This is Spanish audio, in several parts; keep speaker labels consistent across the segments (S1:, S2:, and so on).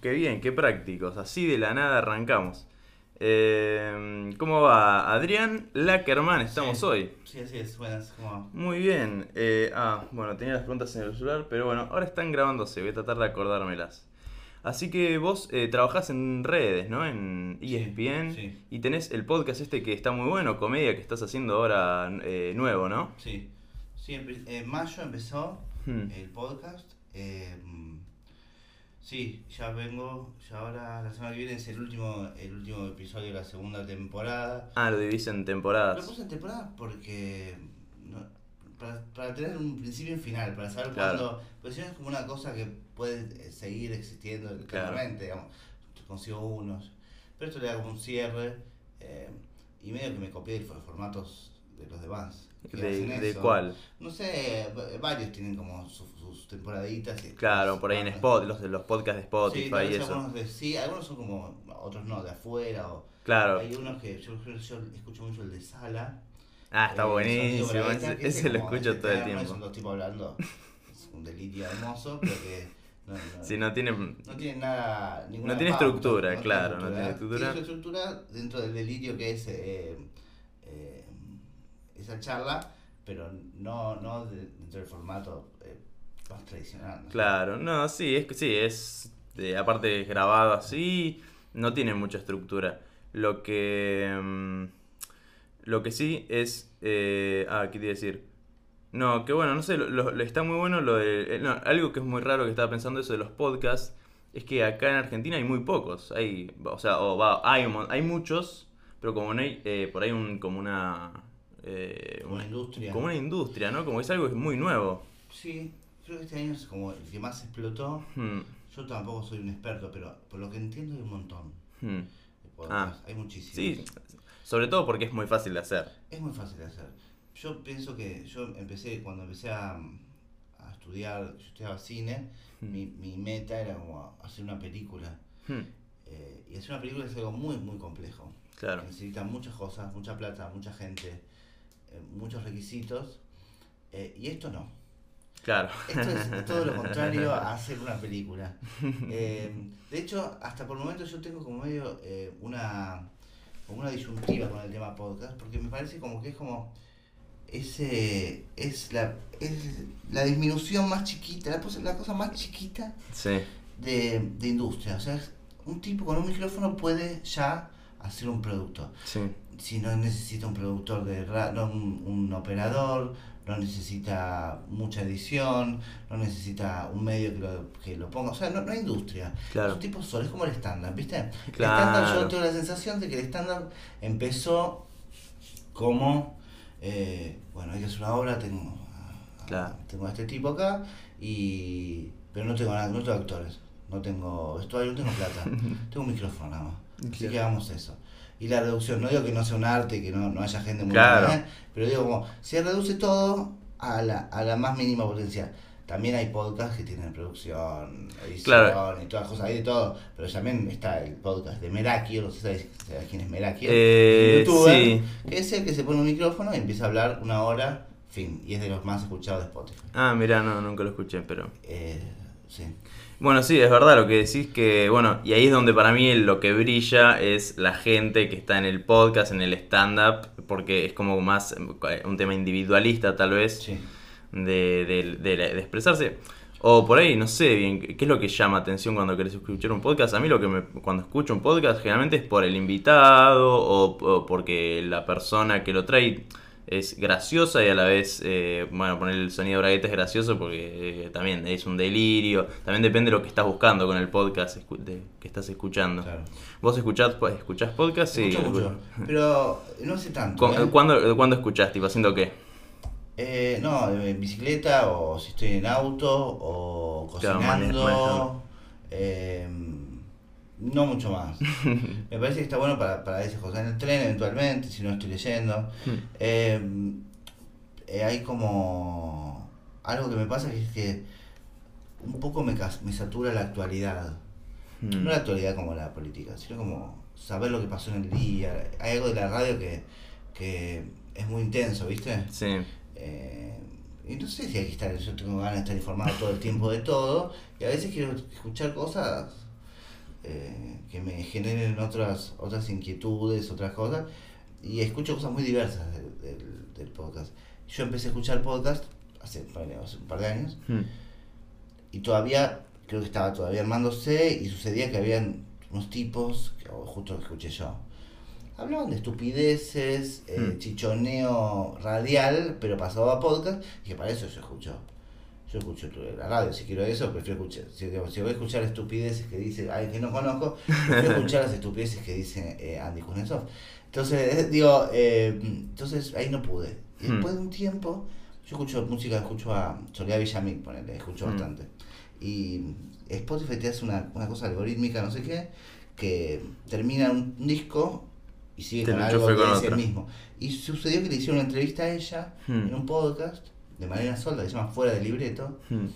S1: Qué bien, qué prácticos. Así de la nada arrancamos. Eh, ¿Cómo va? Adrián Lackerman, estamos
S2: Sí.
S1: hoy.
S2: Sí, así es, buenas, ¿cómo va?
S1: Muy bien. eh, ah, bueno, tenía las preguntas en el celular, pero bueno, ahora están grabándose, voy a tratar de acordármelas. Así que vos eh, trabajás en redes, ¿no? En E
S2: Sí,
S1: ESPN.
S2: sí.
S1: Y tenés el podcast este que está muy bueno, comedia que estás haciendo ahora eh, nuevo, ¿no?
S2: Sí, sí en, pri- en mayo empezó
S1: Hmm.
S2: el podcast. eh, sí, ya vengo, ya ahora la semana que viene es el último, el último episodio de la segunda temporada.
S1: Ah, lo dividís en
S2: Lo
S1: temporadas.
S2: puse en temporada porque... no- para, para tener un principio y un final, para saber
S1: Claro.
S2: cuándo... Pues si no es como una cosa que puede eh, seguir existiendo eternamente, digamos. Yo Consigo unos. Pero esto le da como un cierre. eh, y medio que me copié de los formatos de los demás. que
S1: ¿De,
S2: hacen
S1: de
S2: eso.
S1: cuál?
S2: No sé, va- varios tienen como sus, sus temporaditas. y después
S1: Claro, por ahí en
S2: van-
S1: Spot, los, los podcasts de
S2: sí,
S1: Spotify
S2: tal
S1: y
S2: vez
S1: eso.
S2: Algunos de- sí, algunos son como, otros no, de afuera. O,
S1: Claro.
S2: Hay unos que yo, yo- yo escucho mucho el de Sala.
S1: Ah, está
S2: eh,
S1: buenísimo.
S2: Sonido Bragueta,
S1: Ese,
S2: que
S1: ese lo
S2: como
S1: escucho
S2: ese
S1: todo el
S2: eterno, Son
S1: tiempo.
S2: dos tipos hablando. Es un delirio hermoso, pero que no, no,
S1: Si no tiene.
S2: no tiene nada. ninguna
S1: No tiene
S2: pauta,
S1: estructura, claro, no tiene estructura.
S2: Tiene su estructura dentro del delirio que es eh, eh, esa charla, pero no, no de- dentro del formato eh, más tradicional. ¿no?
S1: Claro, no, sí, es que sí, es. eh, aparte es grabado así, no tiene mucha estructura. Lo que. mm, lo que sí es. eh, ah, ¿qué te iba a decir? No, que bueno, no sé, lo, lo- lo- está muy bueno lo de. eh, no, algo que es muy raro que estaba pensando eso de los podcasts. Es que acá en Argentina hay muy pocos. Hay. O sea, o va, hay, un mon- hay muchos. Pero como no hay. eh, por ahí un, como una. eh,
S2: Como una industria.
S1: Como una industria, ¿no? Como es algo que es muy nuevo.
S2: Sí, creo que este año es como el que más explotó.
S1: Hmm,
S2: Yo tampoco soy un experto, pero por lo que entiendo hay un montón
S1: hmm.
S2: de podcasts, hay muchísimos.
S1: Ah. Sí, sobre todo porque es muy fácil de hacer.
S2: Es muy fácil de hacer. Yo pienso que yo empecé, cuando empecé a, a estudiar, yo estudiaba cine,
S1: Mm.
S2: mi, mi meta era como hacer una película.
S1: Hmm,
S2: Eh, y hacer una película es algo muy, muy complejo.
S1: Claro.
S2: Necesita muchas cosas, mucha plata, mucha gente, eh, muchos requisitos. Eh, y esto no.
S1: Claro.
S2: Esto es todo lo contrario a hacer una película. Eh, de hecho, hasta por el momento yo tengo como medio eh, una, como una disyuntiva con el tema podcast, porque me parece como que es como ese es la, es la disminución más chiquita, la, cosa- la cosa más chiquita
S1: Sí,
S2: de, de industria. O sea, es- un tipo con un micrófono puede ya hacer un producto
S1: sí.
S2: si no necesita un productor de ra- no, un, un operador, no necesita mucha edición, no necesita un medio que lo, que lo ponga, o sea, no, no hay industria.
S1: Claro.
S2: Es un tipo solo, es como el estándar, ¿viste?
S1: Claro.
S2: El estándar, yo tengo la sensación de que el estándar empezó como, eh, bueno, hay que hacer una obra, tengo, a-
S1: Claro.
S2: tengo a este tipo acá, y pero no tengo nada, no tengo actores, no tengo vestuario, no tengo plata, tengo un micrófono nada más. Así que
S1: Claro.
S2: hagamos eso. Y la reducción, no digo que no sea un arte, que no, no haya gente muy
S1: Claro.
S2: buena, pero digo como, se reduce todo a la, a la más mínima potencia. También hay podcasts que tienen producción, edición
S1: Claro.
S2: y todas las cosas, hay de todo. Pero también está el podcast de Merakio, no sé si sabes- sabes quién es Merakio.
S1: Eh,
S2: un youtuber,
S1: sí.
S2: Que es el que se pone un micrófono y empieza a hablar una hora, fin. Y es de los más escuchados de Spotify.
S1: Ah, mirá, no, nunca lo escuché, pero...
S2: Eh, sí.
S1: Bueno, sí, es verdad lo que decís que, bueno, y ahí es donde para mí lo que brilla es la gente que está en el podcast, en el stand-up, porque es como más eh, un tema individualista tal vez.
S2: sí.
S1: de, de- de la- de expresarse. O por ahí, no sé bien, qué qué es lo que llama atención cuando querés escuchar un podcast. A mí lo que me, cuando escucho un podcast generalmente es por el invitado o, o porque la persona que lo trae es graciosa y a la vez, eh, bueno, poner el sonido de bragueta es gracioso porque eh, también es un delirio. También depende de lo que estás buscando con el podcast escu- de- que estás escuchando.
S2: Claro.
S1: ¿Vos escuchás, po- escuchás podcast? Sí.
S2: Escucho mucho, pero no hace tanto.
S1: Cu-
S2: ¿eh?
S1: ¿Cuándo, ¿Cuándo escuchás? Tipo, ¿Haciendo qué?
S2: Eh, no, en bicicleta o si estoy en auto o
S1: Claro,
S2: cocinando.
S1: mane- manejando.
S2: eh, no mucho más. Me parece que está bueno para, para esas cosas. En el tren eventualmente, si no estoy leyendo. Eh, eh, hay como algo que me pasa que es que un poco me, cas- me satura la actualidad.
S1: Mm.
S2: No la actualidad como la política, sino como saber lo que pasó en el día. Hay algo de la radio que, que es muy intenso, ¿viste?
S1: Sí.
S2: Eh, y no sé si hay que estar, yo tengo ganas de estar informado todo el tiempo de todo, y a veces quiero escuchar cosas eh, que me generen otras, otras inquietudes, otras cosas, y escucho cosas muy diversas del, del- del podcast. Yo empecé a escuchar podcast hace, ponele, hace un par de años,
S1: Hmm.
S2: y todavía, creo que estaba todavía armándose, y sucedía que habían unos tipos, que, o justo lo que escuché yo, hablaban de estupideces, eh,
S1: Mm.
S2: chichoneo radial, pero pasado a podcast, y que para eso yo escucho. Yo escucho la radio, si quiero eso, prefiero escuchar. Si, si voy a escuchar estupideces que dice alguien que no conozco, prefiero escuchar las estupideces que dice eh, Andy Kuznetsov. Entonces, digo, eh, entonces ahí no pude. Y
S1: Hmm.
S2: después de un tiempo, yo escucho música, escucho a Soledad Villamil, ponele, escucho
S1: Hmm.
S2: bastante. Y Spotify te hace una, una cosa algorítmica, no sé qué, que termina un un disco y sigue
S1: Te
S2: con
S1: lo
S2: algo
S1: enchufe
S2: que
S1: con
S2: es el
S1: otro.
S2: mismo. Y sucedió que le hicieron una entrevista a ella
S1: Hmm.
S2: en un podcast de manera solda que se llama Fuera del Libreto,
S1: Hmm.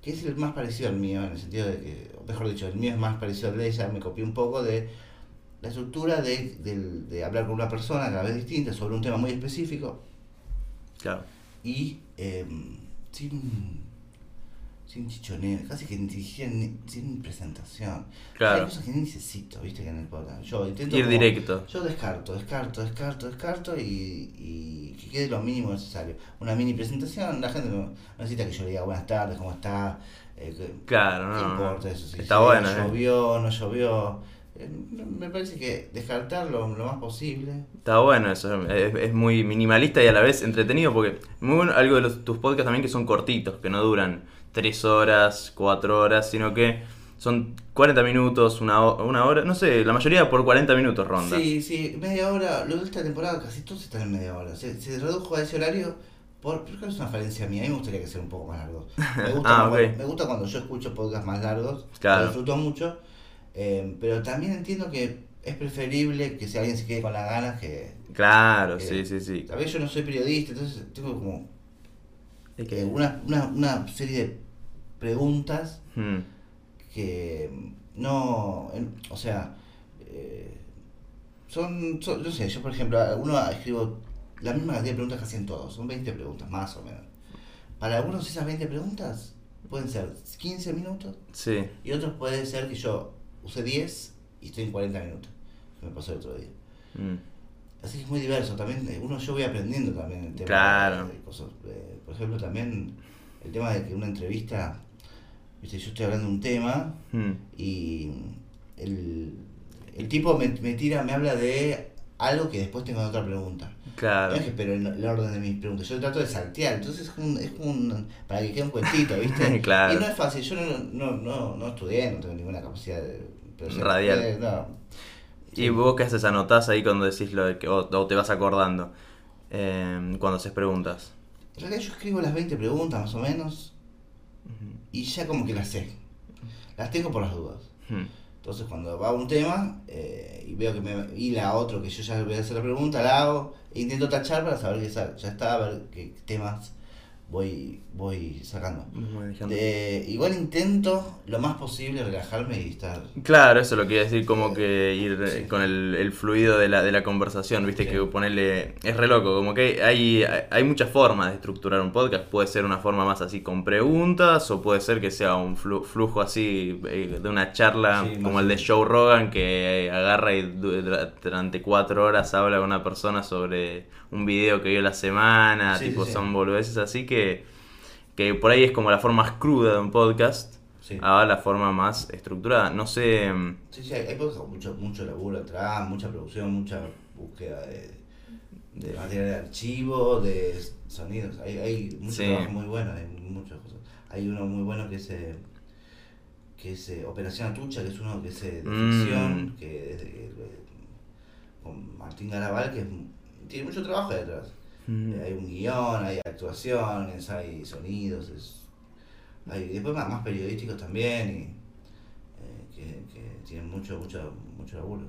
S2: que es el más parecido al mío, en el sentido de que, o mejor dicho, el mío es más parecido al de ella, me copié un poco de la estructura de, del- de hablar con una persona cada vez distinta sobre un tema muy específico
S1: Claro.
S2: y eh, sin, sin chichoneo, casi que ni siquiera ni- sin presentación. Hay
S1: Claro.
S2: cosas que ni necesito, viste, que en el podcast. Yo intento
S1: Ir
S2: como-
S1: directo.
S2: yo descarto, descarto, descarto, descarto y, y que quede lo mínimo necesario. Una mini presentación, la gente no, no necesita que yo le diga buenas tardes, ¿cómo está? Eh, que-
S1: Claro,
S2: ¿Qué
S1: no. no.
S2: importa eso? Si
S1: Ah, Está
S2: llueve,
S1: bueno, eh.
S2: llovió, no llovió. Eh, me parece que descartarlo lo más posible.
S1: Está bueno eso, es, es muy minimalista y a la vez entretenido porque muy bueno algo de los- tus podcasts también que son cortitos, que no duran 3 horas, 4 horas, sino que son 40 minutos, una, ho- una hora, no sé, la mayoría por 40 minutos ronda.
S2: Sí, sí, media hora. Lo de esta temporada casi todos están en media hora. Se, se redujo a ese horario. Por, creo que es una falencia mía. A mí me gustaría que sea un poco más largo. Me gusta,
S1: Ah,
S2: cuando,
S1: ok.
S2: me gusta cuando yo escucho podcasts más largos.
S1: Claro.
S2: Lo disfruto mucho. eh, pero también entiendo que es preferible que si alguien se quede con las ganas que.
S1: Claro,
S2: Eh,
S1: sí, sí, sí.
S2: A veces yo no soy periodista, entonces tengo como
S1: Es
S2: eh, una, una, una serie de preguntas
S1: Hmm,
S2: que mm, no, en- o sea, eh, son, son- yo sé, yo por ejemplo, alguno escribo la misma cantidad de preguntas que hacen todos, son 20 preguntas más o menos. Para algunos esas 20 preguntas pueden ser 15 minutos
S1: sí,
S2: y otros puede ser que yo use 10 y estoy en 40 minutos, que me pasó el otro día.
S1: mm,
S2: Así que es muy diverso, también eh, uno yo voy aprendiendo también el tema
S1: Claro.
S2: de, de cosas. eh, por ejemplo, también el tema de que una entrevista, viste, yo estoy hablando de un tema
S1: hmm,
S2: y el, el tipo me, me tira, me habla de algo que después tengo otra pregunta.
S1: claro.
S2: No es que espero el, el orden de mis preguntas, yo trato de saltear, entonces es como un, es como un- para que quede un cuentito, ¿viste?
S1: Claro.
S2: Y no es fácil, yo no, no, no, no estudié, no tengo ninguna capacidad de... pero se-
S1: Radial.
S2: eh, no.
S1: ¿Y vos qué haces? ¿Anotás ahí cuando decís lo de que, o, o te vas acordando eh, cuando haces preguntas?
S2: En realidad yo escribo las 20 preguntas más o menos y ya como que las sé, las tengo por las dudas.
S1: Hmm,
S2: Entonces cuando va un tema eh, y veo que me hila a otro que yo ya voy a hacer la pregunta, la hago e intento tachar para saber que sa- ya está, a ver qué temas voy, voy sacando.
S1: muy dejando.
S2: Eh, igual intento lo más posible relajarme y estar...
S1: Claro, eso lo quería decir, como que ir eh,
S2: Sí.
S1: con el, el fluido de la, de la conversación, viste,
S2: Sí.
S1: que ponerle... Es re loco, como que hay, hay muchas formas de estructurar un podcast. Puede ser una forma más así con preguntas, o puede ser que sea un flu- flujo así eh, de una charla
S2: Sí,
S1: como
S2: más
S1: el de
S2: o menos.
S1: Joe Rogan, que agarra y du- dura- durante cuatro horas habla con una persona sobre un video que vio la semana,
S2: Sí,
S1: tipo
S2: sí, sí.
S1: son boludeces, así que, que por ahí es como la forma más cruda de un podcast
S2: Sí,
S1: a Ah, la forma más estructurada. No sé. mm,
S2: sí, sí, hay hay cosas con mucho, mucho laburo atrás, mucha producción, mucha búsqueda de, de material de archivo, de s- sonidos. Hay, hay mucho
S1: Sí.
S2: trabajo muy bueno, hay muchas cosas. Hay uno muy bueno que es, eh, que es eh, Operación Atucha, que es uno que es eh, de
S1: Mm.
S2: ficción, que es de- de- con Martín Garabal, que es mu- tiene mucho trabajo detrás.
S1: mm,
S2: Eh, hay un guión, hay actuaciones, hay sonidos, es, hay después más, más periodísticos también, y, eh, que, que tienen mucho, mucho, mucho laburo.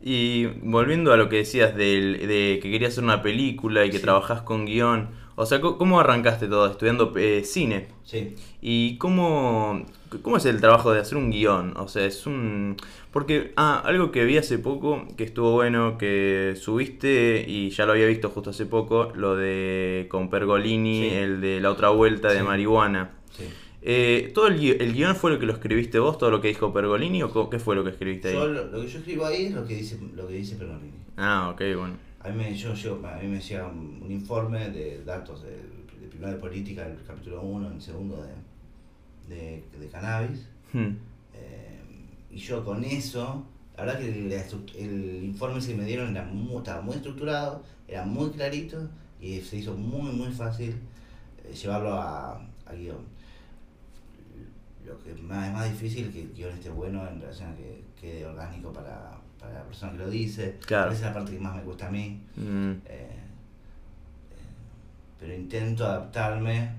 S1: Y volviendo a lo que decías del, de que querías hacer una película y que
S2: Sí.
S1: trabajás con guión. O sea, co- ¿cómo arrancaste todo estudiando eh, cine?
S2: Sí.
S1: ¿Y cómo, cómo es el trabajo de hacer un guión? O sea, es un... Porque, ah, algo que vi hace poco, que estuvo bueno, que subiste y ya lo había visto justo hace poco, lo de con Pergolini,
S2: Sí.
S1: el de la otra vuelta de
S2: Sí.
S1: marihuana.
S2: Sí.
S1: Eh, ¿Todo el, gui- el guión fue lo que lo escribiste vos, todo lo que dijo Pergolini o co- qué fue lo que escribiste ahí?
S2: Yo lo, lo que yo escribo ahí es lo que dice, lo que dice Pergolini.
S1: Ah, ok, bueno.
S2: A mí me, yo, yo- a mí me llega un, un informe de datos de, de primero de política del capítulo 1, el segundo de, de, de cannabis.
S1: Hmm.
S2: Eh, y yo con eso, la verdad que el, la estru- el informe que me dieron era muy, estaba muy estructurado, era muy clarito y se hizo muy, muy fácil eh, llevarlo a, a guión. Lo que más, es más difícil es que el guión esté bueno en relación a que quede orgánico para, para la persona que lo dice.
S1: Claro.
S2: Esa es la parte que más me gusta a mí.
S1: Mm,
S2: Eh, eh, pero intento adaptarme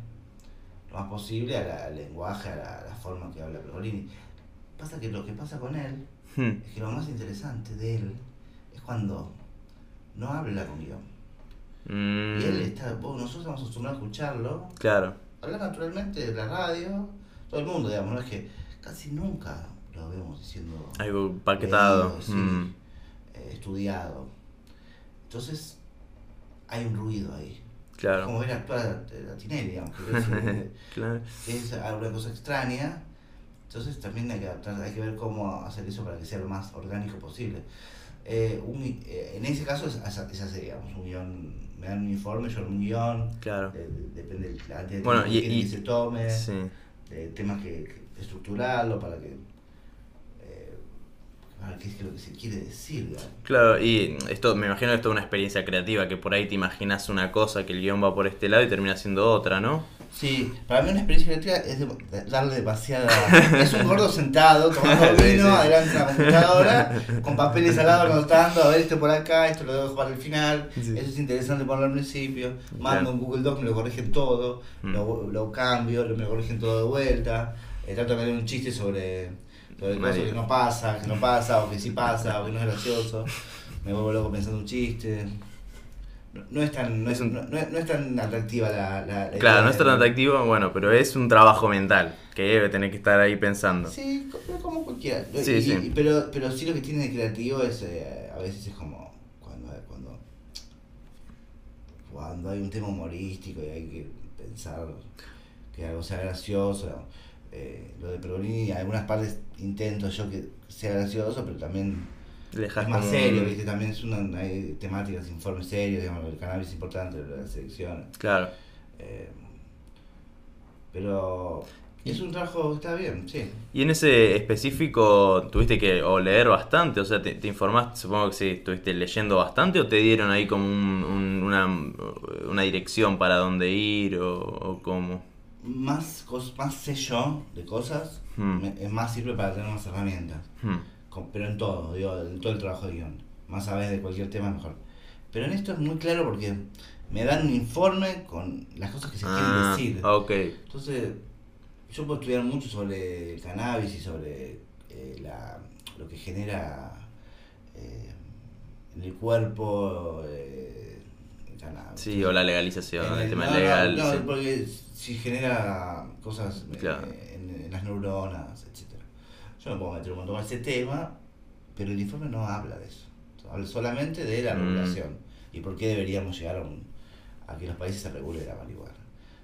S2: lo más posible a la- al lenguaje, a la, a la forma que habla Pergolini. Pasa que lo que pasa con él
S1: hmm.
S2: es que lo más interesante de él es cuando no habla con guión.
S1: Mm,
S2: Y él está, vos- nosotros estamos acostumbrados a escucharlo,
S1: Claro.
S2: habla naturalmente de la radio, todo el mundo, digamos, no es que casi nunca lo vemos diciendo
S1: Algo paquetado.
S2: leído, sí,
S1: Mm,
S2: eh, estudiado. Entonces, hay un ruido ahí. Es
S1: Claro.
S2: como ver actuar a, a Tinelli, digamos, que es, eh,
S1: Claro.
S2: que es alguna cosa extraña. Entonces también hay que adaptar, hay que ver cómo hacer eso para que sea lo más orgánico posible. Eh, un gui- eh, en ese caso es, es es así, digamos, un guión, me dan un informe, yo un guión,
S1: Claro.
S2: de- de- depende del antes de
S1: Bueno, y-
S2: que
S1: y-
S2: se tome,
S1: Sí.
S2: de temas que, que estructurarlo para que... eh, para qué es lo que se quiere decir, digamos.
S1: Claro, y esto me imagino que esto es una experiencia creativa, que por ahí te imaginas una cosa, que el guión va por este lado y termina siendo otra, ¿no?
S2: Sí, para mí una experiencia creativa es de- darle demasiada... Es un gordo sentado, tomando
S1: Sí,
S2: vino,
S1: sí.
S2: adelante de la computadora, con papeles al lado anotando, a ver esto por acá, esto lo dejo para el final,
S1: Sí.
S2: eso es interesante ponerlo al principio,
S1: Claro.
S2: mando un Google Doc, me lo corrigen todo,
S1: Mm.
S2: lo, lo cambio, lo- me lo corrigen todo de vuelta, eh, trato de hacer un chiste sobre, sobre cosas
S1: María.
S2: que no pasa, que no pasa, o que sí pasa, o que no es gracioso, me vuelvo loco pensando un chiste... No, no es, tan, no,
S1: Es
S2: es,
S1: un-
S2: no, no es- no es tan atractiva la, la, la
S1: Claro, no
S2: idea
S1: es
S2: de-
S1: tan atractivo, bueno, pero es un trabajo mental, que debe tener que estar ahí pensando.
S2: Sí, co- pero como cualquiera. Lo-
S1: Sí,
S2: y-
S1: sí.
S2: y- pero, pero sí lo que tiene de creativo es, eh, a veces es como cuando, cuando, cuando hay un tema humorístico y hay que pensar que algo sea gracioso. eh, lo de Perolini, en algunas partes intento yo que sea gracioso, pero también
S1: Le dejas
S2: es más
S1: como-
S2: serio, ¿viste? También es una, hay temáticas, informes serios, digamos, el cannabis es importante, lo de las elecciones.
S1: Claro.
S2: eh, pero es un trabajo, está bien, sí.
S1: Y en ese específico tuviste que o leer bastante, o sea, te, te informaste, supongo que sí, estuviste leyendo bastante o te dieron ahí como un- un- una, una dirección para dónde ir o, o cómo.
S2: más, cos- más sé yo de cosas,
S1: Hmm.
S2: me- es más sirve para tener más herramientas.
S1: Hmm,
S2: Con- pero en todo, digo, en todo el trabajo de guión. Más sabes de cualquier tema, mejor. Pero en esto es muy claro porque me dan un informe con las cosas que se
S1: Ah,
S2: quieren decir.
S1: ok.
S2: Entonces, yo puedo estudiar mucho sobre el cannabis y sobre eh, la, lo que genera eh, en el cuerpo eh, el cannabis.
S1: Sí, o la legalización,
S2: En
S1: el,
S2: el-
S1: tema
S2: no, no,
S1: legal.
S2: No,
S1: sí.
S2: porque si genera cosas eh,
S1: Claro.
S2: en, en las neuronas, etcétera. Yo no puedo meter un montón en ese tema, pero el informe no habla de eso. Habla solamente de la
S1: Mm.
S2: regulación y por qué deberíamos llegar a, un- a que los países se regule la marihuana.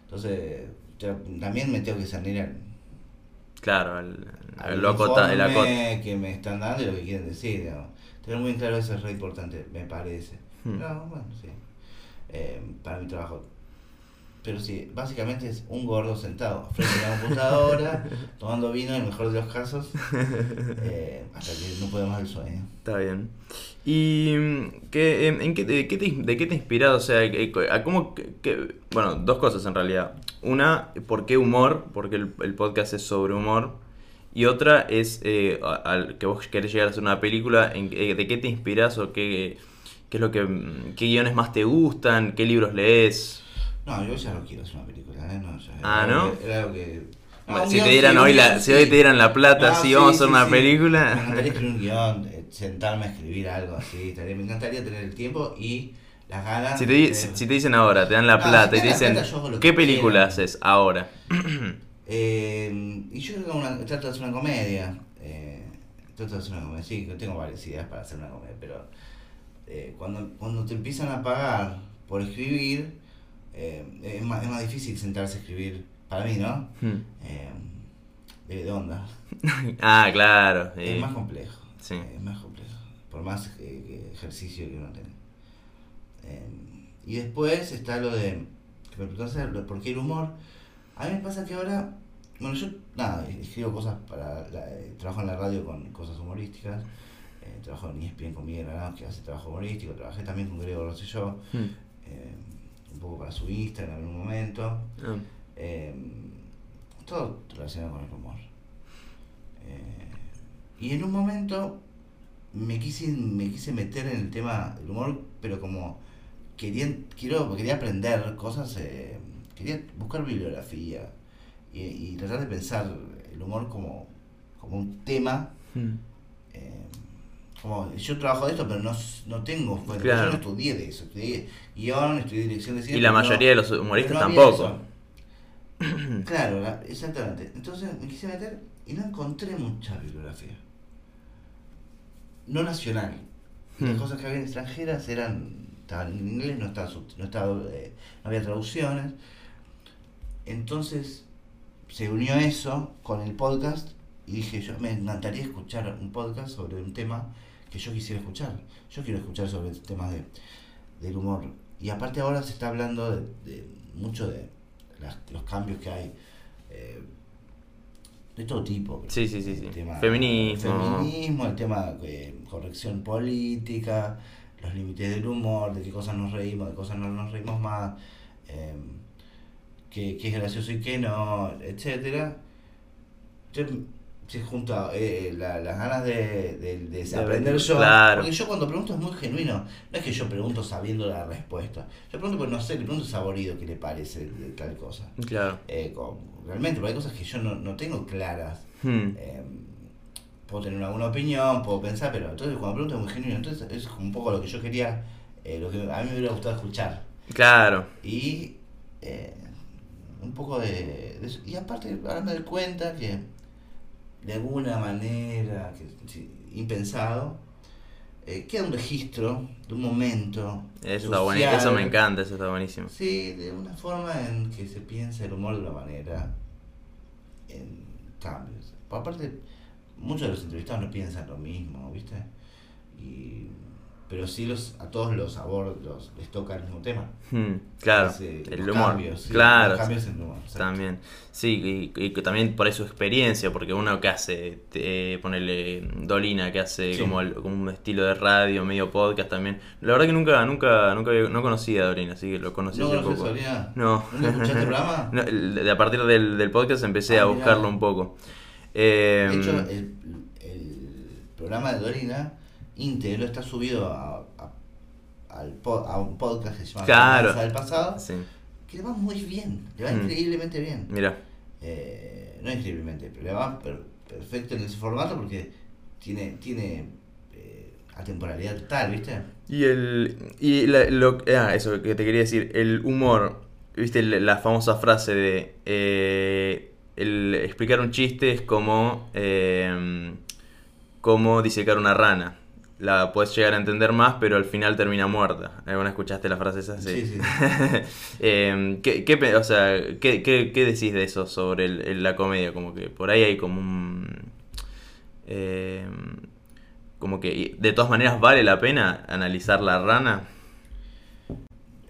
S2: Entonces, yo también me tengo que salir al,
S1: Claro, el,
S2: al
S1: lo acota, el acota.
S2: informe que me están dando y lo que quieren decir. digamos. Tener muy claro eso es re importante, me parece.
S1: Hmm.
S2: No, Ah, bueno, sí. Eh, para mi trabajo. Pero sí, básicamente es un gordo sentado frente a la computadora, tomando vino en el mejor de los casos, eh, hasta que no puede más el sueño.
S1: Está bien. ¿Y mm, qué, en, en qué, de, qué te, ins- de qué te inspirado? O sea, eh, co- a cómo, que- que- bueno, dos cosas en realidad. Una, ¿por qué humor? Porque el, el podcast es sobre humor. Y otra es eh, a- al que vos querés llegar a hacer una película, en, que- eh, ¿de qué te inspirás o qué, qué es lo que, mm, qué guiones más te gustan? ¿Qué libros lees?
S2: No, yo ya no quiero hacer una película, ¿eh? No, ya-
S1: Ah,
S2: era
S1: ¿no?
S2: algo que- era algo que... No,
S1: Bueno,
S2: Ah, un
S1: si te
S2: guión
S1: dieran
S2: sí,
S1: hoy
S2: un
S1: la,
S2: guión
S1: si hoy
S2: sí.
S1: te dieran la plata,
S2: Ah,
S1: si
S2: sí,
S1: vamos a hacer
S2: sí,
S1: una
S2: sí. Me encantaría
S1: película.
S2: escribir un guión, eh, sentarme a escribir algo así. estaría- Me encantaría tener el tiempo y las ganas.
S1: Si te, di-
S2: de-
S1: si- si te dicen ahora, te dan la
S2: No,
S1: plata
S2: si
S1: y te
S2: me dan Ah, la
S1: dicen,
S2: plata, yo hago lo
S1: ¿qué
S2: que
S1: película
S2: quiera".
S1: haces ahora?
S2: Eh, y yo hago una- trato de hacer una comedia. eh, trato de hacer una comedia. Sí, que tengo varias ideas para hacer una comedia, pero eh, cuando, cuando te empiezan a pagar por escribir, eh, es, más, es más difícil sentarse a escribir. Para mí, ¿no?
S1: Hmm.
S2: Eh, eh, de onda.
S1: Ah, claro. eh,
S2: Es más complejo.
S1: Sí.
S2: Eh, Es más complejo. Por más eh, que ejercicio que uno tenga. Em, y después está lo de. Que me preguntaste lo de por qué el humor. A mí me pasa que ahora. Bueno, yo nada, escribo cosas para. la- eh, trabajo en la radio con cosas humorísticas. eh, trabajo en ESPN con Miguel Aranz, que hace trabajo humorístico. Trabajé también con Gregor Rosselló.
S1: Hmm.
S2: eh, un poco para su Instagram en un momento.
S1: Ah,
S2: Eh, todo relacionado con el humor. Eh, y en un momento me quise, me quise meter en el tema del humor, pero como quería, quiero, quería aprender cosas, eh, quería buscar bibliografía y, y tratar de pensar el humor como, como un tema.
S1: hmm.
S2: eh, como yo trabajo de esto, pero no, s- no tengo. bueno,
S1: Claro.
S2: Yo no estudié de eso, estudié guión, estudié dirección de cine.
S1: Y la
S2: pero no-
S1: mayoría de los humoristas
S2: pero no había
S1: tampoco.
S2: eso. Claro, la- exactamente. Entonces me quise meter y no encontré mucha bibliografía. No nacional. Y Las
S1: Hmm.
S2: cosas que había extranjeras eran estaban en inglés, no estaba, sub- no, estaba, eh, no había traducciones. Entonces se unió eso con el podcast y dije yo me encantaría escuchar un podcast sobre un tema que yo quisiera escuchar. Yo quiero escuchar sobre temas de, del humor. Y aparte ahora se está hablando de, de mucho de las- los cambios que hay. eh, de todo tipo.
S1: Sí, sí, sí, sí.
S2: El tema-
S1: Feminismo.
S2: feminismo, el tema eh, corrección política, los límites del humor, de qué cosas nos reímos, de cosas no nos reímos más, eh, qué, qué es gracioso y qué no, etcétera. Entonces, se junta eh, la- las ganas de, de-
S1: De
S2: de aprender
S1: aprender,
S2: yo.
S1: claro.
S2: Porque yo cuando pregunto es muy genuino. No es que yo pregunto sabiendo la respuesta. Yo pregunto porque no sé, le pregunto saborido qué le parece de tal cosa.
S1: Claro.
S2: Eh, como- realmente, porque hay cosas que yo no, no tengo claras.
S1: Hmm.
S2: Eh, puedo tener alguna opinión, puedo pensar, pero entonces cuando pregunto es muy genuino. Entonces es como un poco lo que yo quería, eh, lo que a mí me hubiera gustado escuchar.
S1: Claro.
S2: Y eh, un poco de, de eso. Y aparte, ahora me doy cuenta que de alguna manera, que, sí, impensado, eh, queda un registro de un momento.
S1: Eso está bueno. Eso
S2: social,
S1: me encanta, eso está buenísimo.
S2: Sí, de una forma en que se piensa el humor de una manera en cambios. Por aparte, muchos de los entrevistados no piensan lo mismo, ¿viste? Y, pero sí los, a todos los sabores los, les toca el mismo tema.
S1: Hmm. Claro.
S2: Ese-
S1: El
S2: los
S1: humor.
S2: cambios, sí,
S1: claro.
S2: Los cambios en el humor. exacto.
S1: También, sí, y, y que también por ahí su experiencia, porque uno que hace, eh, ponele Dolina, que hace
S2: Sí.
S1: como, el- como un estilo de radio, medio podcast también. La verdad que nunca, nunca, nunca, había- no conocía a Dolina, así que lo conocí
S2: ¿No
S1: hace
S2: conoces
S1: poco.
S2: Soledad?
S1: No.
S2: ¿Nunca escuchaste el programa?
S1: No, el- de- a partir del, del podcast empecé
S2: Ah,
S1: a
S2: mirá.
S1: buscarlo un poco. Eh,
S2: De hecho, el, el programa de Dorina íntegro está subido a, a- al po- a un podcast que se llama
S1: Claro.
S2: Venganza del Pasado.
S1: sí,
S2: que le va muy bien, le va
S1: Mm.
S2: increíblemente bien.
S1: mira,
S2: Eh, no increíblemente, pero le va per- perfecto en ese formato porque tiene, tiene eh, atemporalidad total, ¿viste?
S1: Y el. Y la- lo, ah, eso que te quería decir. El humor. ¿Viste la la famosa frase de. eh, el explicar un chiste es como. eh, como disecar una rana. La puedes llegar a entender más, pero al final termina muerta. ¿Alguna escuchaste la frase esa? Sí.
S2: Sí, sí.
S1: Eh, ¿qué, qué pe- o sea, ¿qué, qué- qué decís de eso sobre el- el- la comedia? Como que por ahí hay como un. eh, como que y- de todas maneras vale la pena analizar la rana.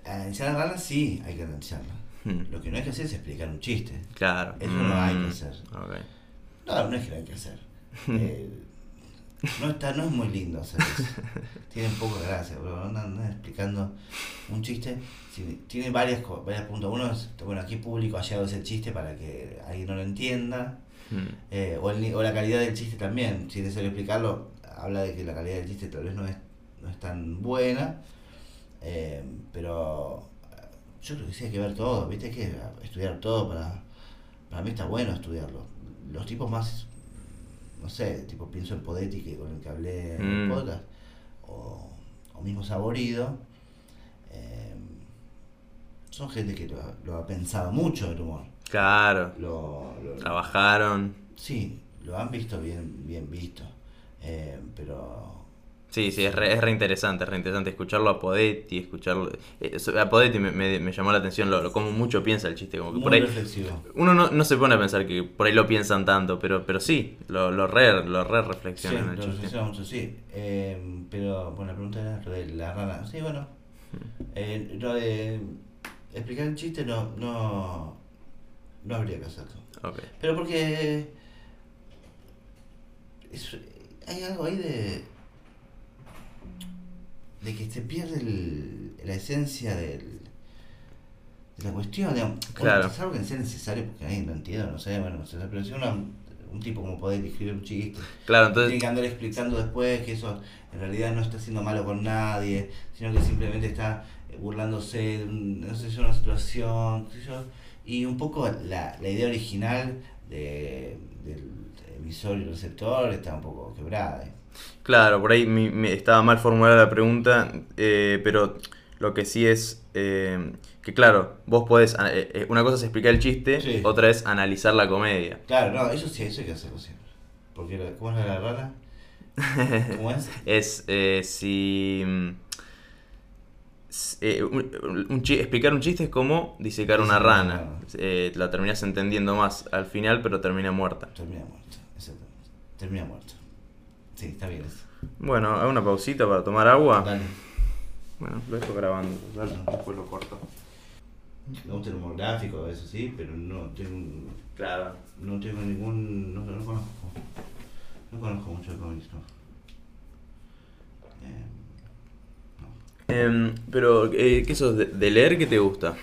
S2: Analizar la rana sí hay que analizarla.
S1: Hmm,
S2: Lo que no hay que hacer es explicar un chiste.
S1: Claro.
S2: Eso no hay que
S1: Mm,
S2: hacer.
S1: ok.
S2: No, no es que lo hay que hacer. Eh, no, está, no es muy lindo hacer eso. Tiene poco de gracia, bro. No andan explicando un chiste. Sí, tiene varias, co- varios puntos. Uno es, bueno, aquí público ha llegado ese chiste para que alguien no lo entienda.
S1: Mm,
S2: Eh, o, el ni- o la calidad del chiste también, sin necesario explicarlo, habla de que la calidad del chiste tal vez no es, no es tan buena, eh, pero eh, yo creo que sí hay que ver todo, ¿viste? Hay que estudiar todo para. Para mí está bueno estudiarlo. Los tipos más. No sé, tipo pienso en Podetti, que con el que hablé en el
S1: Mm.
S2: podcast, o, o mismo Saborido, eh, son gente que lo, ha- lo ha pensado mucho el humor.
S1: Claro.
S2: Lo, lo-
S1: Trabajaron.
S2: Sí, lo han visto bien, bien visto. Eh, pero
S1: Sí, sí, es re, es re interesante, es re interesante escucharlo a Podetti, escucharlo... eh, so- a Podetti me, me- me llamó la atención lo, como mucho piensa el chiste, como que
S2: Muy
S1: por ahí...
S2: reflexivo.
S1: Uno no, no se pone a pensar que por ahí lo piensan tanto, pero, pero sí, lo, lo re, lo re
S2: Sí,
S1: reflexionan
S2: lo
S1: el chiste.
S2: reflexiona mucho, sí. Eh, pero, bueno, la pregunta era lo de la rana. Sí, bueno.
S1: Hmm.
S2: Eh, lo de explicar el chiste no, no, no habría que hacerlo.
S1: Ok.
S2: Pero porque es- hay algo ahí de de que se pierde el- la esencia del, de la cuestión. digamos. Bueno,
S1: Claro.
S2: Es algo que sea necesario porque nadie lo entiende, no sé, bueno, no sé, pero si uno- un tipo como poder escribir un chiste,
S1: Claro,
S2: tiene
S1: entonces...
S2: que andar explicando después que eso en realidad no está siendo malo con nadie, sino que simplemente está eh, burlándose de un- no sé, yo, una situación. qué sé yo. Y un poco la, la idea original de, del emisor y receptor está un poco quebrada. ¿eh?
S1: Claro, por ahí mi- mi- estaba mal formulada la pregunta, eh, pero lo que sí es eh, que, claro, vos podés. a- eh, eh, una cosa es explicar el chiste,
S2: Sí.
S1: otra es analizar la comedia.
S2: Claro, no, eso sí, eso hay que hacerlo siempre. Porque, la- ¿cómo es la de la rana? ¿Cómo es?
S1: Es eh, si. mm, s- eh, un- un chi- explicar un chiste es como disecar una
S2: Disecar una
S1: rana.
S2: rana.
S1: Eh, la terminás entendiendo más al final, pero termina muerta.
S2: Termina muerto, exactamente. Termina muerto. Sí, está bien eso.
S1: Bueno, hago una pausita para tomar agua.
S2: Dale.
S1: Bueno, lo dejo grabando. Dale, después lo corto.
S2: Me gusta el humor gráfico, eso sí, pero no tengo un-
S1: Claro.
S2: No tengo ningún. No, no conozco. No conozco mucho de cómics, no. Eh,
S1: Em, pero, eh, ¿qué sos? ¿De, de leer qué te gusta?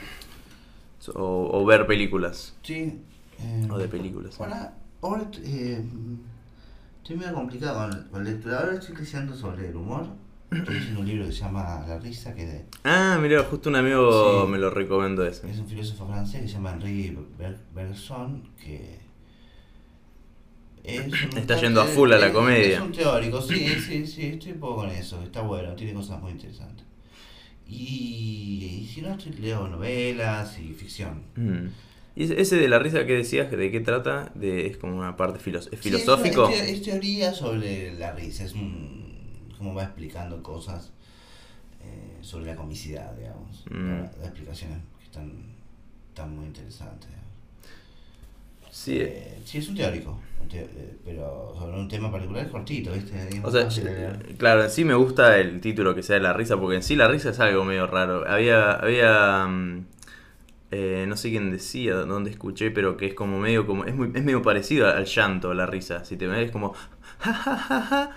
S1: So- O, o ver películas.
S2: sí. eh,
S1: O de películas.
S2: Ahora, ahora eh, estoy medio complicado con, con lectura. Ahora estoy leyendo sobre el humor. Estoy leyendo un libro que se llama La risa, que de-
S1: Ah, mirá, justo un amigo
S2: Sí.
S1: me lo recomendó ese.
S2: es un filósofo francés que se llama Henri Ber- Bergson, que. es un-
S1: Está yendo a full a la
S2: es-
S1: comedia.
S2: Es un teórico, sí, sí, sí, estoy un poco con eso, está bueno, tiene cosas muy interesantes. Y, y si no, estoy, leo novelas y ficción.
S1: Mm. Y ese, ese de la risa que decías, ¿de qué trata? De, es como una parte filo- ¿es
S2: Sí, es-
S1: filosófico.
S2: es, teo- es teoría sobre la risa, es un, cómo va explicando cosas eh, sobre la comicidad, digamos.
S1: Mm.
S2: Las explicaciones que están, están muy interesantes. digamos.
S1: Sí, eh,
S2: Eh, sí, es un teórico, un teo- eh, pero sobre un tema particular es cortito, ¿viste? Es
S1: O sea, eh,
S2: fácil de leer.
S1: claro, en sí me gusta el título que sea de la risa, porque en sí la risa es algo medio raro. Había, había, mm, eh, no sé quién decía, dónde escuché, pero que es como medio, como es, muy, es medio parecido al llanto, la risa. Si te ves es como, "Ja, ja, ja, ja".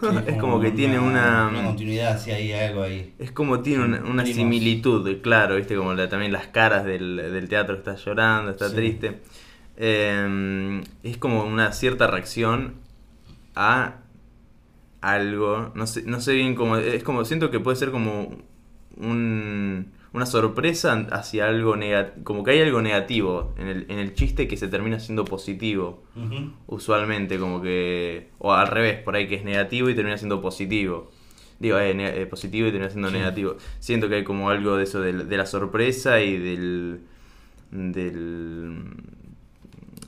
S2: Sí,
S1: es como que tiene
S2: Una
S1: una,
S2: continuidad, sí, hay algo ahí.
S1: es como tiene una, una
S2: Primos.
S1: similitud, claro, viste como la- también las caras del, del teatro, está llorando, está
S2: Sí.
S1: triste. Eh, es como una cierta reacción a algo, no sé, no sé bien cómo, es como, siento que puede ser como un- una sorpresa hacia algo negativo, como que hay algo negativo en el, en el chiste que se termina siendo positivo,
S2: Ujú.
S1: usualmente, como que, o al revés, por ahí que es negativo y termina siendo positivo. Digo, eh, ne- eh, positivo y termina siendo
S2: Sí.
S1: negativo. Siento que hay como algo de eso, del- de, la sorpresa y del... del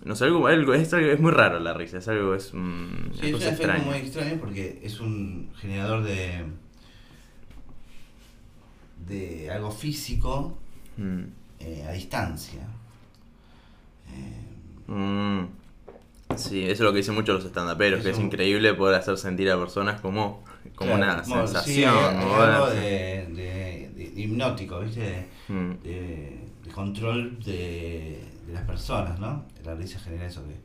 S1: no sé, algo, algo, es, algo- es muy raro la risa, es algo, es mm, una
S2: Sí, es un
S1: cosa
S2: efecto
S1: extraña.
S2: muy extraño porque es un generador de. de algo físico
S1: Mm.
S2: eh, a distancia. Eh,
S1: Mm. Sí, eso es lo que dicen muchos los stand-uperos, que es
S2: Eso-
S1: increíble poder hacer sentir a personas como, como una
S2: claro, bueno, sí,
S1: sensación.
S2: hay- hay
S1: como
S2: algo
S1: ver-
S2: de, de- de- de hipnótico, ¿viste? De-
S1: Mm.
S2: de, de control de, de las personas, ¿no? La risa genera eso que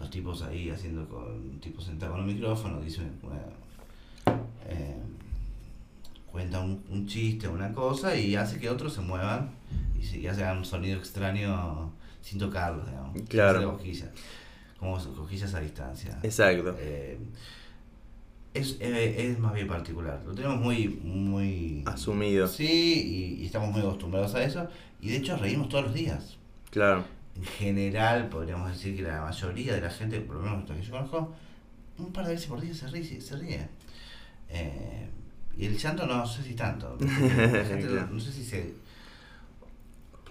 S2: los tipos ahí haciendo con un tipo sentado con un micrófono, dice una, eh, cuenta un, un chiste, una cosa y hace que otros se muevan y, se, y hagan un sonido extraño sin tocarlos, digamos. sin
S1: Claro.
S2: hacerle cosquillas, como sus cosquillas a distancia.
S1: Exacto.
S2: Eh, es, eh, es más bien particular. Lo tenemos muy, muy
S1: Asumido.
S2: Sí, y, y estamos muy acostumbrados a eso. Y de hecho reímos todos los días.
S1: Claro.
S2: En general, podríamos decir que la mayoría de la gente, por lo menos la que yo conozco, un par de veces por día se ríe. Se ríe. Eh, y el llanto no sé si tanto. La gente no, no sé si se...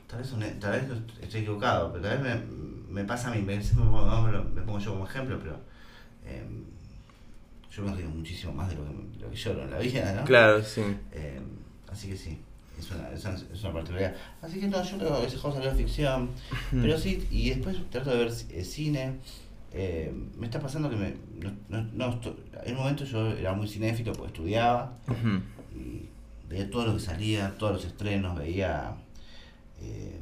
S2: Tal vez, un- e, tal vez estoy equivocado, pero tal vez me, me pasa a mí, me, me pongo, me pongo yo como ejemplo, pero eh, yo me río muchísimo más de lo que, me- lo que lloro en la vida, ¿no?
S1: Claro, sí.
S2: Eh, así que sí, es una, es, una, es una particularidad. Así que no, yo creo que ese juego salió ficción.
S1: Mm.
S2: Pero sí, y después trato de ver ci- eh, cine. Eh, me está pasando que me, no, no- no estu- en un momento yo era muy cinéfilo porque estudiaba
S1: Ujú.
S2: y veía todo lo que salía, todos los estrenos, veía. eh,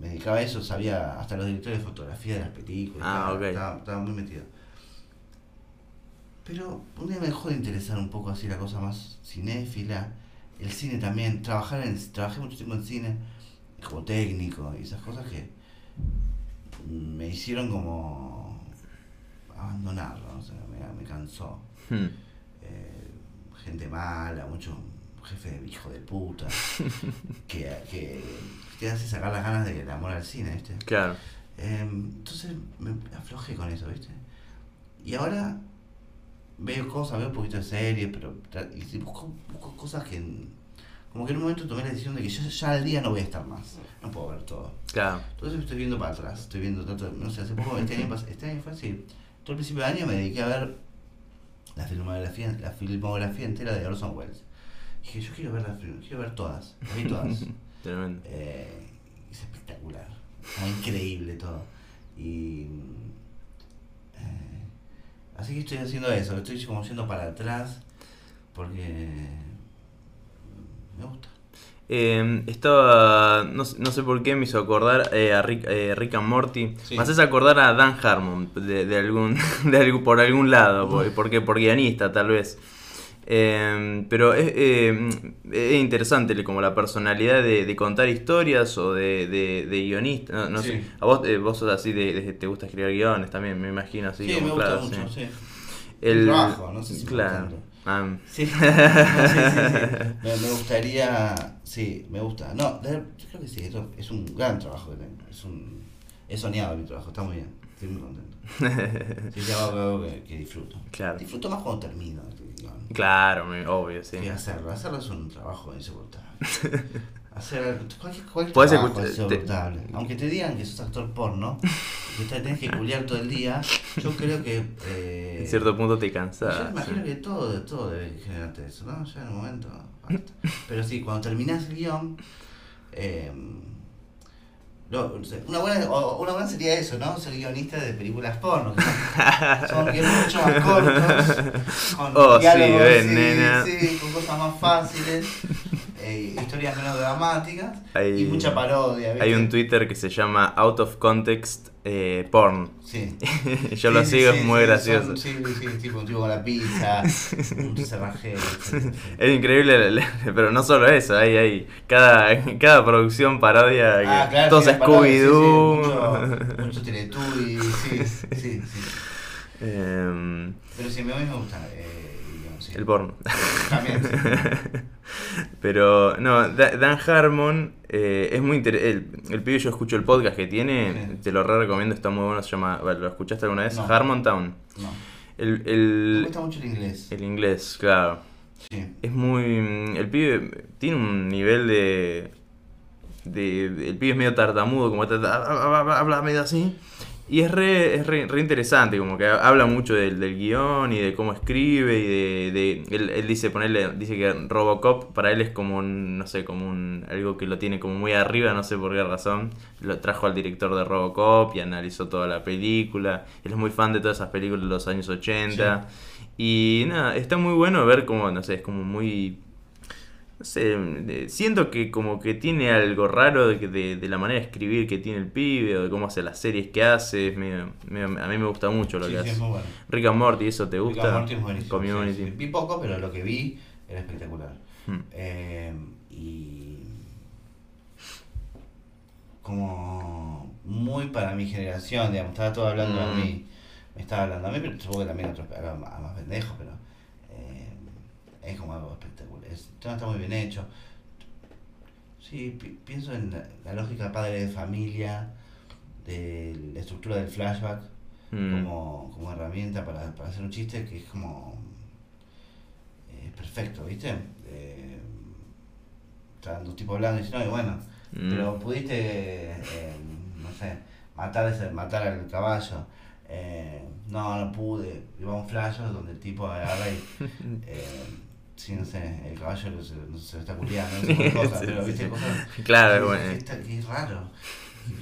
S2: me dedicaba a eso, sabía hasta los directores de fotografía de las películas.
S1: Ah,
S2: estaba,
S1: ok.
S2: estaba- estaba muy metido. Pero un día me dejó de interesar un poco así la cosa más cinéfila. El cine también, trabajar en, trabajé mucho tiempo en cine, como técnico y esas cosas que me hicieron como abandonarlo, o sea, me- me cansó
S1: Hmm.
S2: eh, gente mala, mucho jefe de hijo de puta, que, que te hace sacar las ganas del amor al cine, ¿viste?
S1: Claro.
S2: Eh, entonces me aflojé con eso, ¿viste? Y ahora veo cosas, veo un poquito de series, pero tra- y si busco, busco cosas que... en- Como que en un momento tomé la decisión de que yo ya al día no voy a estar más, no puedo ver todo.
S1: Claro.
S2: Entonces estoy viendo para atrás, estoy viendo tanto, no sé, hace poco, este año, pas- este año fue así. Todo el principio del año me dediqué a ver la filmografía, la filmografía entera de Orson Welles. Dije, yo quiero ver las film- quiero ver todas, las vi todas.
S1: Tremendo.
S2: Eh, es espectacular, como increíble todo. Y. mm, eh, así que estoy haciendo eso, estoy como yendo para atrás porque. me gusta.
S1: Eh, estaba. No, sé- no sé por qué me hizo acordar eh, a Rick, eh, Rick and Morty.
S2: Sí.
S1: Me haces acordar a Dan Harmon de, de algún, de algún- por algún lado, por, porque, por guionista tal vez. Eh, pero es, eh, es interesante como la personalidad de, de contar historias o de, de, de guionista. No, no
S2: Sí.
S1: sé. A vos, eh, vos sos así, de, de- te gusta escribir guiones también, me imagino. Así
S2: Sí,
S1: como,
S2: me gusta
S1: claro,
S2: mucho,
S1: sí.
S2: sí.
S1: El
S2: Trabajo, no sé si me
S1: claro.
S2: gusta.
S1: Ah,
S2: Sí, no, sí, sí, sí. Me, me gustaría, sí, me gusta. No, de- yo creo que sí, esto es un gran trabajo que tengo. Es un, he soñado mi trabajo, está muy bien, estoy muy contento. Sí, es algo que, que disfruto.
S1: Claro.
S2: Disfruto más cuando termino. te digo, ¿no?
S1: claro, me- obvio, sí.
S2: Que hacerlo, hacerlo es un trabajo insoportable. Hacer algo- cualquier, cualquier
S1: Podés
S2: trabajo
S1: escuchar-
S2: es insoportable. Aunque te digan que sos actor porno, que te tenés que culiar todo el día, yo creo que... eh,
S1: En cierto punto te
S2: yo me
S1: cansás.
S2: imagino que todo, todo debe generarte eso, ¿no? Ya en un momento. basta. Pero sí, cuando terminás el guión. eh, lo- una, buena, o- una buena sería eso, ¿no? Ser guionista de películas porno. que son- Son guiones mucho más cortos. Con
S1: Oh, sí,
S2: diálogos,
S1: ven,
S2: sí,
S1: nena.
S2: sí, con cosas más fáciles. eh, historias menos dramáticas.
S1: Hay-
S2: y mucha parodia.
S1: Hay
S2: ¿viste?
S1: un Twitter que se llama Out of Context eh, Porn.
S2: Sí.
S1: Yo
S2: Sí,
S1: lo
S2: sí,
S1: sigo,
S2: sí,
S1: es muy
S2: sí,
S1: gracioso.
S2: son- sí, sí, tipo un tipo con la pizza, un cerrajero. etcétera.
S1: Es increíble, la- la- pero no solo eso, hay, hay cada, cada producción parodia,
S2: Ah,
S1: que-
S2: claro,
S1: todos
S2: sí,
S1: a
S2: las palabras, sí, sí,
S1: Scooby-Doo.
S2: mucho, mucho Teletubby, sí, sí, sí.
S1: Em,
S2: Pero sí, a mí me gusta eh, digamos, sí.
S1: el porno.
S2: También, sí.
S1: Pero no, Da- Dan Harmon eh, es muy interesante. El, el pibe yo escucho el podcast que tiene,
S2: Sí.
S1: te lo re recomiendo, está muy bueno, se llama, bueno, ¿lo escuchaste alguna vez?
S2: No.
S1: Harmon Town.
S2: No,
S1: El,
S2: me
S1: el,
S2: gusta mucho el inglés.
S1: el inglés, claro.
S2: Sí.
S1: Es muy... mm, El pibe tiene un nivel de... de el pibe es medio tartamudo, como ta- ta- habla, habla- habla medio así. Y es re, es re, re interesante, como que habla mucho del, del guión y de cómo escribe y de... de- él, él dice, ponerle, dice que Robocop para él es como un, no sé, como un... algo que lo tiene como muy arriba, no sé por qué razón. Lo trajo al director de Robocop y analizó toda la película. Él es muy fan de todas esas películas de los años 80.
S2: Sí.
S1: Y nada, está muy bueno ver como, no sé, es como muy... No sé, de- siento que como que tiene algo raro de, que- de- de la manera de escribir que tiene el pibe o de cómo hace las series que hace. es medio- medio- a mí me gusta mucho lo
S2: Sí,
S1: que
S2: sí,
S1: hace.
S2: es muy bueno.
S1: Rick and Morty, ¿eso te
S2: Rick
S1: gusta?
S2: and Morty es buenísimo,
S1: Community.
S2: sí, sí. Vi poco, pero lo que vi era espectacular.
S1: Hmm.
S2: Eh, y como muy para mi generación, digamos, estaba todo hablando a
S1: Mm.
S2: mí, me estaba hablando a mí, pero supongo que también a otros a más, a más pendejos, pero eh, es como algo espectacular, es, todo está muy bien hecho. Sí, pi- pienso en la, la lógica padre de familia, de la estructura del flashback
S1: Mm.
S2: como, como herramienta para, para hacer un chiste que es como eh, perfecto, ¿viste? Eh, están dos tipos hablando y dicen, no, y bueno,
S1: Mm.
S2: pero pudiste, eh, no sé, matar, ese- matar al caballo. eh, no, no pude. Iba a un flasher donde el tipo agarra y. eh, sí, no sé, el caballo lo- se, no sé, se lo está culiando, no sé,
S1: Sí,
S2: cosas,
S1: sí,
S2: pero
S1: sí.
S2: viste cosas.
S1: Claro,
S2: que-
S1: bueno.
S2: que está- que es raro.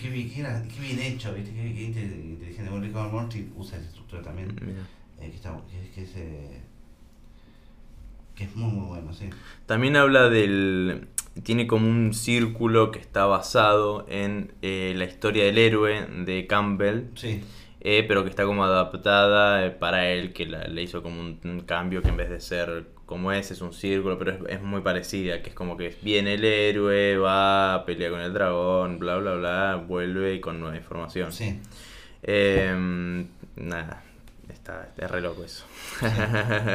S2: Qué bien, qué era- qué bien hecho, ¿viste? Qué, qué inte- inteligente. Bueno, Rick and Morty usa esa estructura también.
S1: Mira.
S2: eh, que, está, que, es- que es, eh, que es muy, muy bueno, sí.
S1: También habla del. Tiene como un círculo que está basado en eh, la historia del héroe de Campbell,
S2: Sí,
S1: eh, pero que está como adaptada eh, para él, que la- le hizo como un, un cambio que en vez de ser como es, es un círculo, pero es, es muy parecida, que es como que viene el héroe, va, pelea con el dragón, bla, bla, bla, vuelve y con nueva información.
S2: sí.
S1: Eh, nada, está, es re loco eso.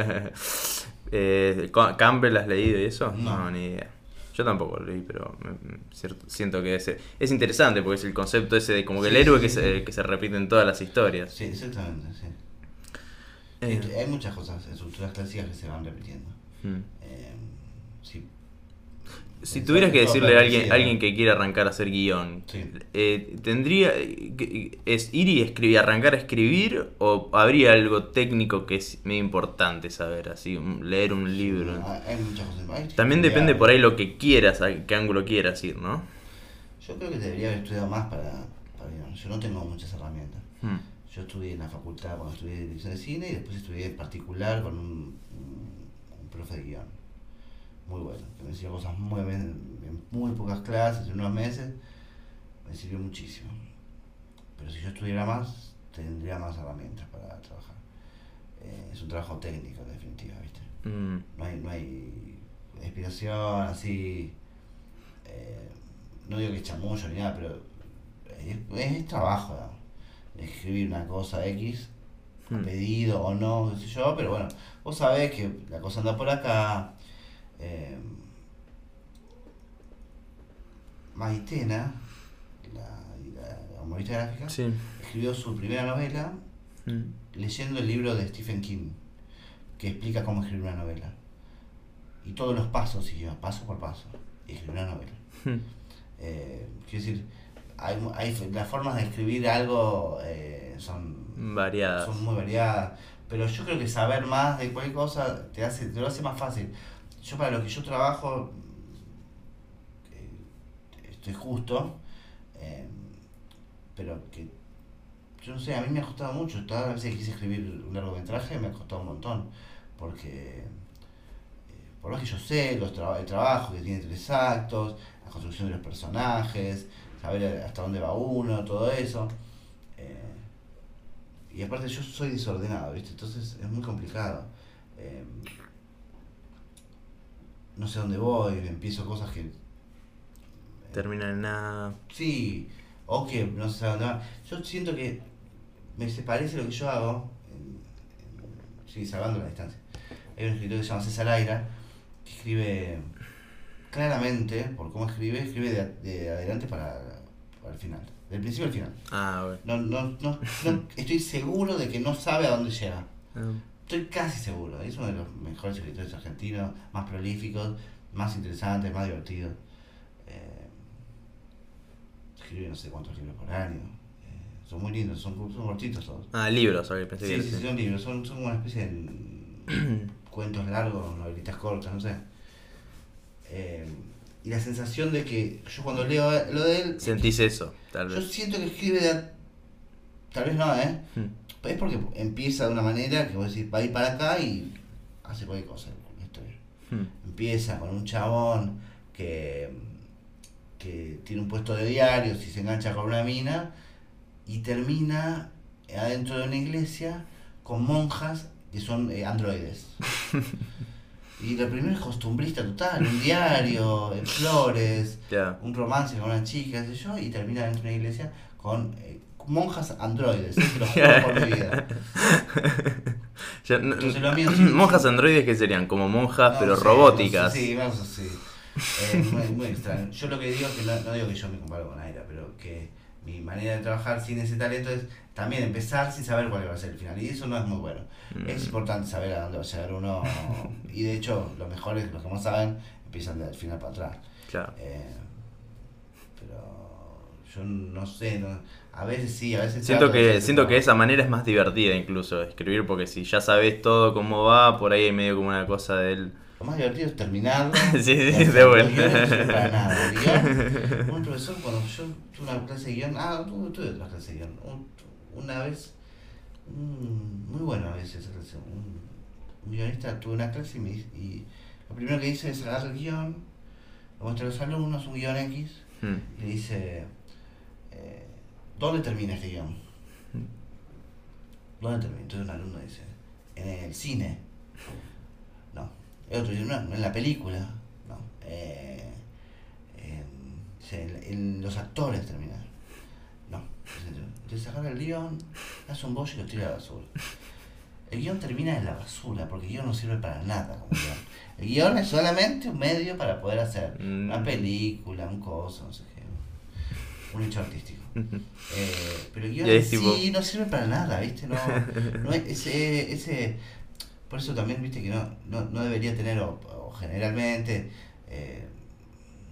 S1: Eh, Co- ¿Campbell has leído y eso?
S2: No.
S1: ni idea. Yo tampoco lo leí, pero me- me- cierto- siento que ese- es interesante porque es el concepto ese de como que
S2: Sí,
S1: el héroe
S2: sí,
S1: que,
S2: sí.
S1: se, que se repite en todas las historias.
S2: Sí, exactamente, sí.
S1: Eh,
S2: Esto- Hay muchas cosas, estructuras clásicas que se van repitiendo.
S1: mm.
S2: Eh, sí.
S1: Si
S2: Pensar
S1: tuvieras que
S2: todo
S1: decirle a alguien,
S2: parecido.
S1: alguien que quiere arrancar a hacer guión,
S2: Sí.
S1: eh, ¿tendría que- es ir y escribir, arrancar a escribir o habría algo técnico que es medio importante saber, así, un- leer un libro?
S2: No, Ah, hay hay muchas cosas. Hay que
S1: También
S2: estudiar.
S1: depende por ahí lo que quieras, a qué ángulo quieras ir, ¿no?
S2: Yo creo que debería haber estudiado más para, para guión. Yo no tengo muchas herramientas.
S1: Hmm.
S2: Yo estudié en la facultad cuando estudié dirección de cine y después estudié en particular con un, un- un profe de guión. Muy bueno, que me enseñó cosas muy bien, en muy pocas clases, en unos meses. Me sirvió muchísimo. Pero si yo estudiara más, tendría más herramientas para trabajar. Eh, es un trabajo técnico, en definitiva, ¿viste?
S1: Mm.
S2: no hay, no hay inspiración así. eh, no digo que es chamullo ni nada, pero es, es trabajo. ¿no? Escribir una cosa X,
S1: Hmm.
S2: pedido o no, qué sé yo, pero bueno, vos sabés que la cosa anda por acá. eh, Maitena, la, la humorista gráfica,
S1: Sí.
S2: escribió su primera novela
S1: Mm.
S2: leyendo el libro de Stephen King, que explica cómo escribir una novela. Y todos los pasos siguió, paso por paso, y escribió una novela.
S1: Hmm.
S2: Eh, quiero decir, hay, mu- hay f- las formas de escribir algo eh,
S1: Mm.
S2: son,
S1: Variadas.
S2: son muy variadas, pero yo creo que saber más de cualquier cosa te, hace, te lo hace más fácil. Yo para lo que yo trabajo, eh, estoy justo, eh, pero que yo no sé, a mí me ha costado mucho. Todas las veces que quise escribir un largometraje me ha costado un montón. Porque, eh, por lo que yo sé, los traba- el trabajo que tiene tres actos, la construcción de los personajes, saber hasta dónde va uno, todo eso. eh, y aparte, yo soy desordenado, ¿viste? Entonces es muy complicado. eh, no sé dónde voy, empiezo cosas que
S1: Termina en nada.
S2: Sí, o que no sé a dónde va. Yo siento que me se parece lo que yo hago, en- en- sí, salvando la distancia. Hay un escritor que se llama César Aira, que escribe claramente, por cómo escribe, escribe de, a- de adelante para, para el final, del principio al final.
S1: Ah, bueno.
S2: No, no, no, no- estoy seguro de que no sabe a dónde llega.
S1: Ah.
S2: Estoy casi seguro, es uno de los mejores escritores argentinos, más prolíficos, más interesantes, más divertidos. Eh, escribe no sé cuántos libros por año. Eh, son muy lindos, son, son cortitos todos.
S1: Ah, libros, ok, pensé que
S2: Sí,
S1: era
S2: sí,
S1: así.
S2: son libros, son, son una especie de cuentos largos, novelitas cortas, no sé. Eh, y la sensación de que yo cuando leo lo de él,
S1: Sentís eso, tal
S2: yo
S1: vez.
S2: siento que escribe de... a- Tal vez no, ¿eh?
S1: Hmm.
S2: Es porque empieza de una manera que vos decís, va a ir para acá y hace cualquier cosa. Esto es.
S1: Hmm.
S2: Empieza con un chabón que, que tiene un puesto de diarios y se engancha con una mina y termina adentro de una iglesia con monjas que son eh, androides. Y lo primero es costumbrista total, un diario, eh, flores,
S1: Ya.
S2: un romance con una chica, qué sé yo, y termina dentro de una iglesia con eh, monjas androides, te lo juro por mi vida.
S1: Ya, no-
S2: Entonces lo mío sí-
S1: monjas androides que serían como monjas
S2: No
S1: pero
S2: sé,
S1: robóticas.
S2: Sí, vamos así. Eh, muy, muy extraño. Yo lo que digo es que no, no digo que yo me comparo con Aira, pero que mi manera de trabajar sin ese talento es también empezar sin saber cuál va a ser el final. Y eso no es muy bueno.
S1: Mm.
S2: Es importante saber a dónde va a llegar uno. Y de hecho, los mejores, los que más saben, empiezan del final para atrás.
S1: Claro.
S2: Eh, pero yo no sé, no- a veces sí, a veces
S1: Siento
S2: trato, a
S1: que,
S2: veces
S1: siento
S2: no.
S1: que esa manera es más divertida incluso de escribir, porque si ya sabes todo cómo va, por ahí hay medio como una cosa del...
S2: Lo más divertido es terminarlo.
S1: Sí, sí,
S2: hacer
S1: de
S2: el
S1: vuelta.
S2: guión, no sirve para nada. El guión, un profesor, cuando yo tuve una clase de guión, ah, tuve, tuve una clase de guión. un- una vez, un- muy bueno a veces, esa clase, un, un guionista tuvo una clase y, me, dice- y lo primero que hice es agarrar el guión, lo muestra a los alumnos, un guión X,
S1: Hmm.
S2: y le dice, eh, ¿dónde termina este guión? ¿Dónde termina? Entonces un alumno dice, en el cine. No. El otro dice, no, no en la película. No. Eh, en- dice, en, en los actores termina. No. Entonces agarra el guión, hace un bollo y lo tira a la basura. El guión termina en la basura, porque el guión no sirve para nada como guión. El guión es solamente un medio para poder hacer
S1: Mm.
S2: una película, un coso, no sé qué. Un hecho artístico. Eh, pero el guión
S1: Y ahí
S2: en
S1: es tipo-
S2: sí no sirve para nada, ¿viste? No, no es- ese, ese, por eso también, ¿viste? Que no, no, no debería tener, o, o generalmente, eh,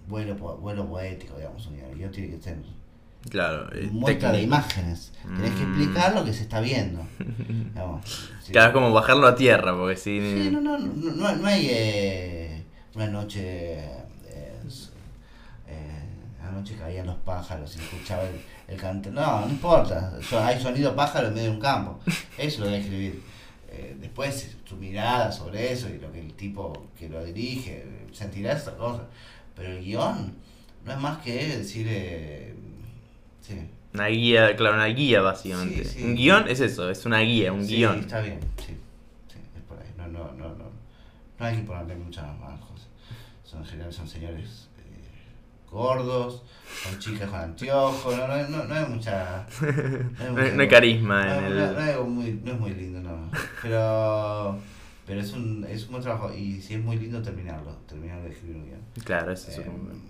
S2: vuelo, po- vuelo poético, digamos, un guión. El guión tiene que ser
S1: Claro, eh,
S2: muestra de
S1: técnico.
S2: imágenes. Tenés que
S1: Mm.
S2: explicar lo que se está viendo. Digamos, sí.
S1: Claro, es como bajarlo a tierra, porque si...
S2: Sí, no, no, no, no- no hay eh, una noche. eh, s- eh, anoche caían los pájaros y escuchaba el, el canto. No, no importa. so- hay sonido pájaro en medio de un campo. Eso lo voy a escribir. Eh, después, tu mirada sobre eso y lo que el tipo que lo dirige sentirá esa cosa. Pero el guión no es más que decir. eh, sí.
S1: Una guía, claro, una guía básicamente.
S2: Sí, sí.
S1: Un guión es eso, es una guía, un
S2: Sí,
S1: guión.
S2: Está bien, sí. Sí, es por ahí. No, no, no, no. No hay que ponerle muchas más cosas. Son en general son señores eh, gordos, son chicas con anteojos, no, no, no, no hay mucha. No hay,
S1: No,
S2: mucha-
S1: hay- no hay carisma
S2: no,
S1: en
S2: no- no
S1: el...
S2: hay algo muy, no es muy lindo, no. Pero pero es un, es un buen trabajo y si es muy lindo terminarlo, terminar de escribir un guión.
S1: Claro, eso es
S2: Eh,
S1: un-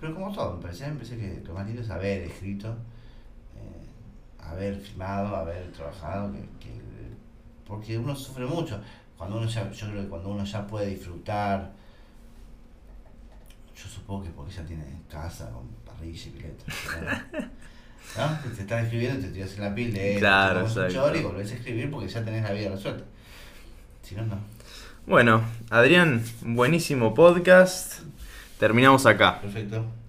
S2: pero como todo, me parece, me parece que lo más lindo es haber escrito, eh, haber filmado, haber trabajado, que, que- porque uno sufre mucho. Cuando uno ya, yo creo que cuando uno ya puede disfrutar, yo supongo que porque ya tiene casa con parrilla y pileta. ¿no? ¿No? Que Te estás escribiendo, te tiras en la pileta,
S1: Claro,
S2: te tomás un
S1: exacto.
S2: chori y volvés a escribir porque ya tenés la vida resuelta. Si no, no.
S1: Bueno, Adrián, buenísimo podcast. Terminamos acá.
S2: Perfecto.